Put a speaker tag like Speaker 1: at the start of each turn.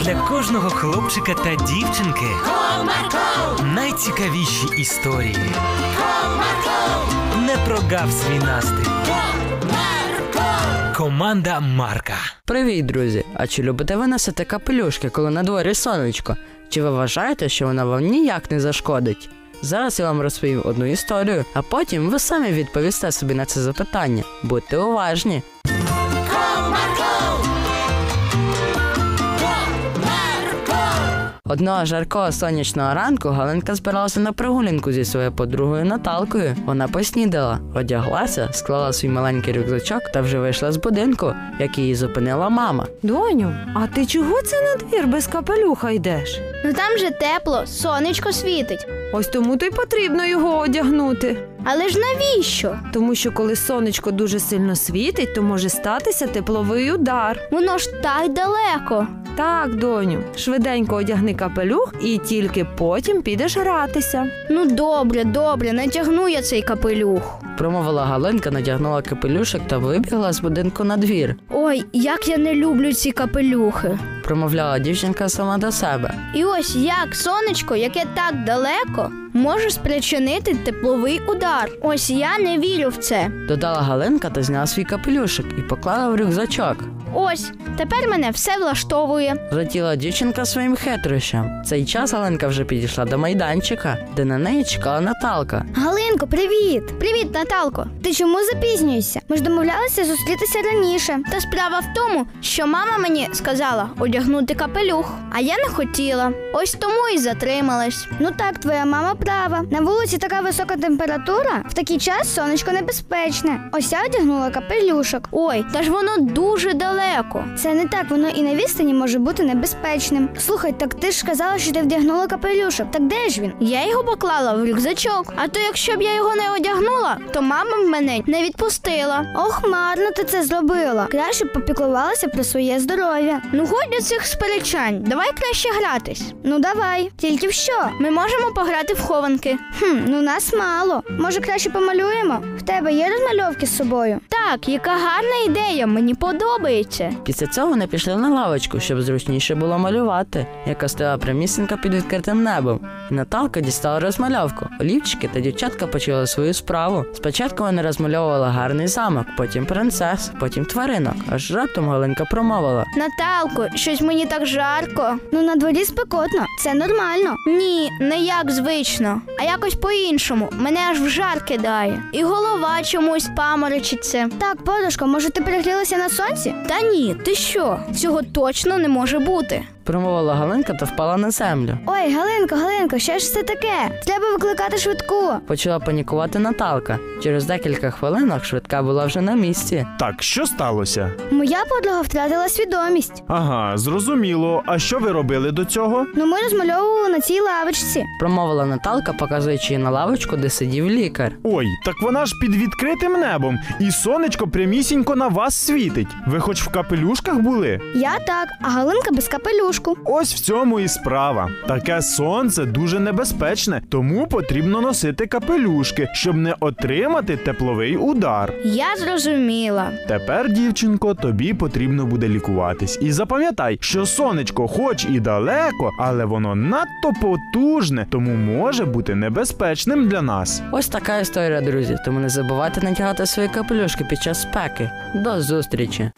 Speaker 1: для кожного хлопчика та дівчинки найцікавіші історії. Не прогав свій настрій. Команда Марка.
Speaker 2: Привіт, друзі! А чи любите ви носити капелюшки, коли на дворі сонечко? Чи ви вважаєте, що вона вам ніяк не зашкодить? Зараз я вам розповім одну історію, а потім ви самі відповісте собі на це запитання. Будьте уважні. Одного жаркого сонячного ранку Галинка збиралася на прогулянку зі своєю подругою Наталкою. Вона поснідала, одяглася, склала свій маленький рюкзачок та вже вийшла з будинку, як її зупинила мама.
Speaker 3: Доню, а ти чого це на двір без капелюха йдеш?
Speaker 4: Ну там же тепло, сонечко світить.
Speaker 3: Ось тому то й потрібно його одягнути.
Speaker 4: Але ж навіщо?
Speaker 3: Тому що коли сонечко дуже сильно світить, то може статися тепловий удар.
Speaker 4: Воно ж так далеко.
Speaker 3: Так, доню, швиденько одягни капелюх і тільки потім підеш гратися.
Speaker 4: Ну добре, добре, натягну я цей капелюх.
Speaker 2: Промовила Галинка, надягнула капелюшок та вибігла з будинку на двір.
Speaker 4: Ой, як я не люблю ці капелюхи.
Speaker 2: Промовляла дівчинка сама до себе.
Speaker 4: І ось як сонечко, яке так далеко, може спричинити тепловий удар. Ось я не вірю в це.
Speaker 2: Додала Галинка та зняла свій капелюшок і поклала в рюкзачок.
Speaker 4: Ось тепер мене все влаштовує.
Speaker 2: Злетіла дівчинка своїм хитрощем. В Цей час Галинка вже підійшла до майданчика, де на неї чекала Наталка.
Speaker 4: Галинко, привіт! Привіт, Наталко. Ти чому запізнюєшся? Ми ж домовлялися зустрітися раніше. Та справа в тому, що мама мені сказала одягнути капелюх, а я не хотіла. Ось тому і затрималась. Ну так, твоя мама права. На вулиці така висока температура, в такий час сонечко небезпечне. Ось я одягнула капелюшок. Ой, та ж воно дуже далеко. Це не так, воно і на відстані може бути небезпечним. Слухай, так ти ж казала, що ти вдягнула капелюшок. Так де ж він? Я його поклала в рюкзачок. А то якщо б я його не одягнула, то мама б мене не відпустила. Ох, марно ти це зробила. Краще б попіклувалася про своє здоров'я. Ну годі цих сперечань. Давай краще гратись. Ну давай. Тільки в що? Ми можемо пограти в хованки. Хм, ну нас мало. Може, краще помалюємо? В тебе є розмальовки з собою? Так, яка гарна ідея, мені подобається.
Speaker 2: Після цього вони пішли на лавочку, щоб зручніше було малювати, яка стояла прямісінька під відкритим небом. І Наталка дістала розмальовку. Олівчики та дівчатка почали свою справу. Спочатку вони розмальовували гарний замок, потім принцес, потім тваринок. Аж раптом Галинка промовила.
Speaker 4: Наталко, щось мені так жарко. Ну на дворі спекотно, це нормально. Ні, не як звично, а якось по-іншому. Мене аж в жар кидає. І голова чомусь паморочиться. Так, подушко, може ти перегрілася на сонці? Та ні, ти що? Цього точно не може бути.
Speaker 2: Промовила Галинка та впала на землю.
Speaker 4: Ой, Галинко, Галинко, що ж це таке? Треба викликати швидку.
Speaker 2: Почала панікувати Наталка. Через декілька хвилинок швидка була вже на місці.
Speaker 5: Так, що сталося?
Speaker 4: Моя подруга втратила свідомість.
Speaker 5: Ага, зрозуміло. А що ви робили до цього?
Speaker 4: Ну ми розмальовували на цій лавочці.
Speaker 2: Промовила Наталка, показуючи їй на лавочку, де сидів лікар.
Speaker 5: Ой, так вона ж під відкритим небом, і сонечко прямісінько на вас світить. Ви хоч в капелюшках були?
Speaker 4: Я так, а Галинка без капелюшку.
Speaker 5: Ось в цьому і справа. Таке сонце дуже небезпечне, тому потрібно носити капелюшки, щоб не отримати тепловий удар.
Speaker 4: Я зрозуміла.
Speaker 5: Тепер, дівчинко, тобі потрібно буде лікуватись. І запам'ятай, що сонечко, хоч і далеко, але воно надто потужне, тому може бути небезпечним для нас.
Speaker 2: Ось така історія, друзі. Тому не забувайте натягати свої капелюшки під час спеки. До зустрічі!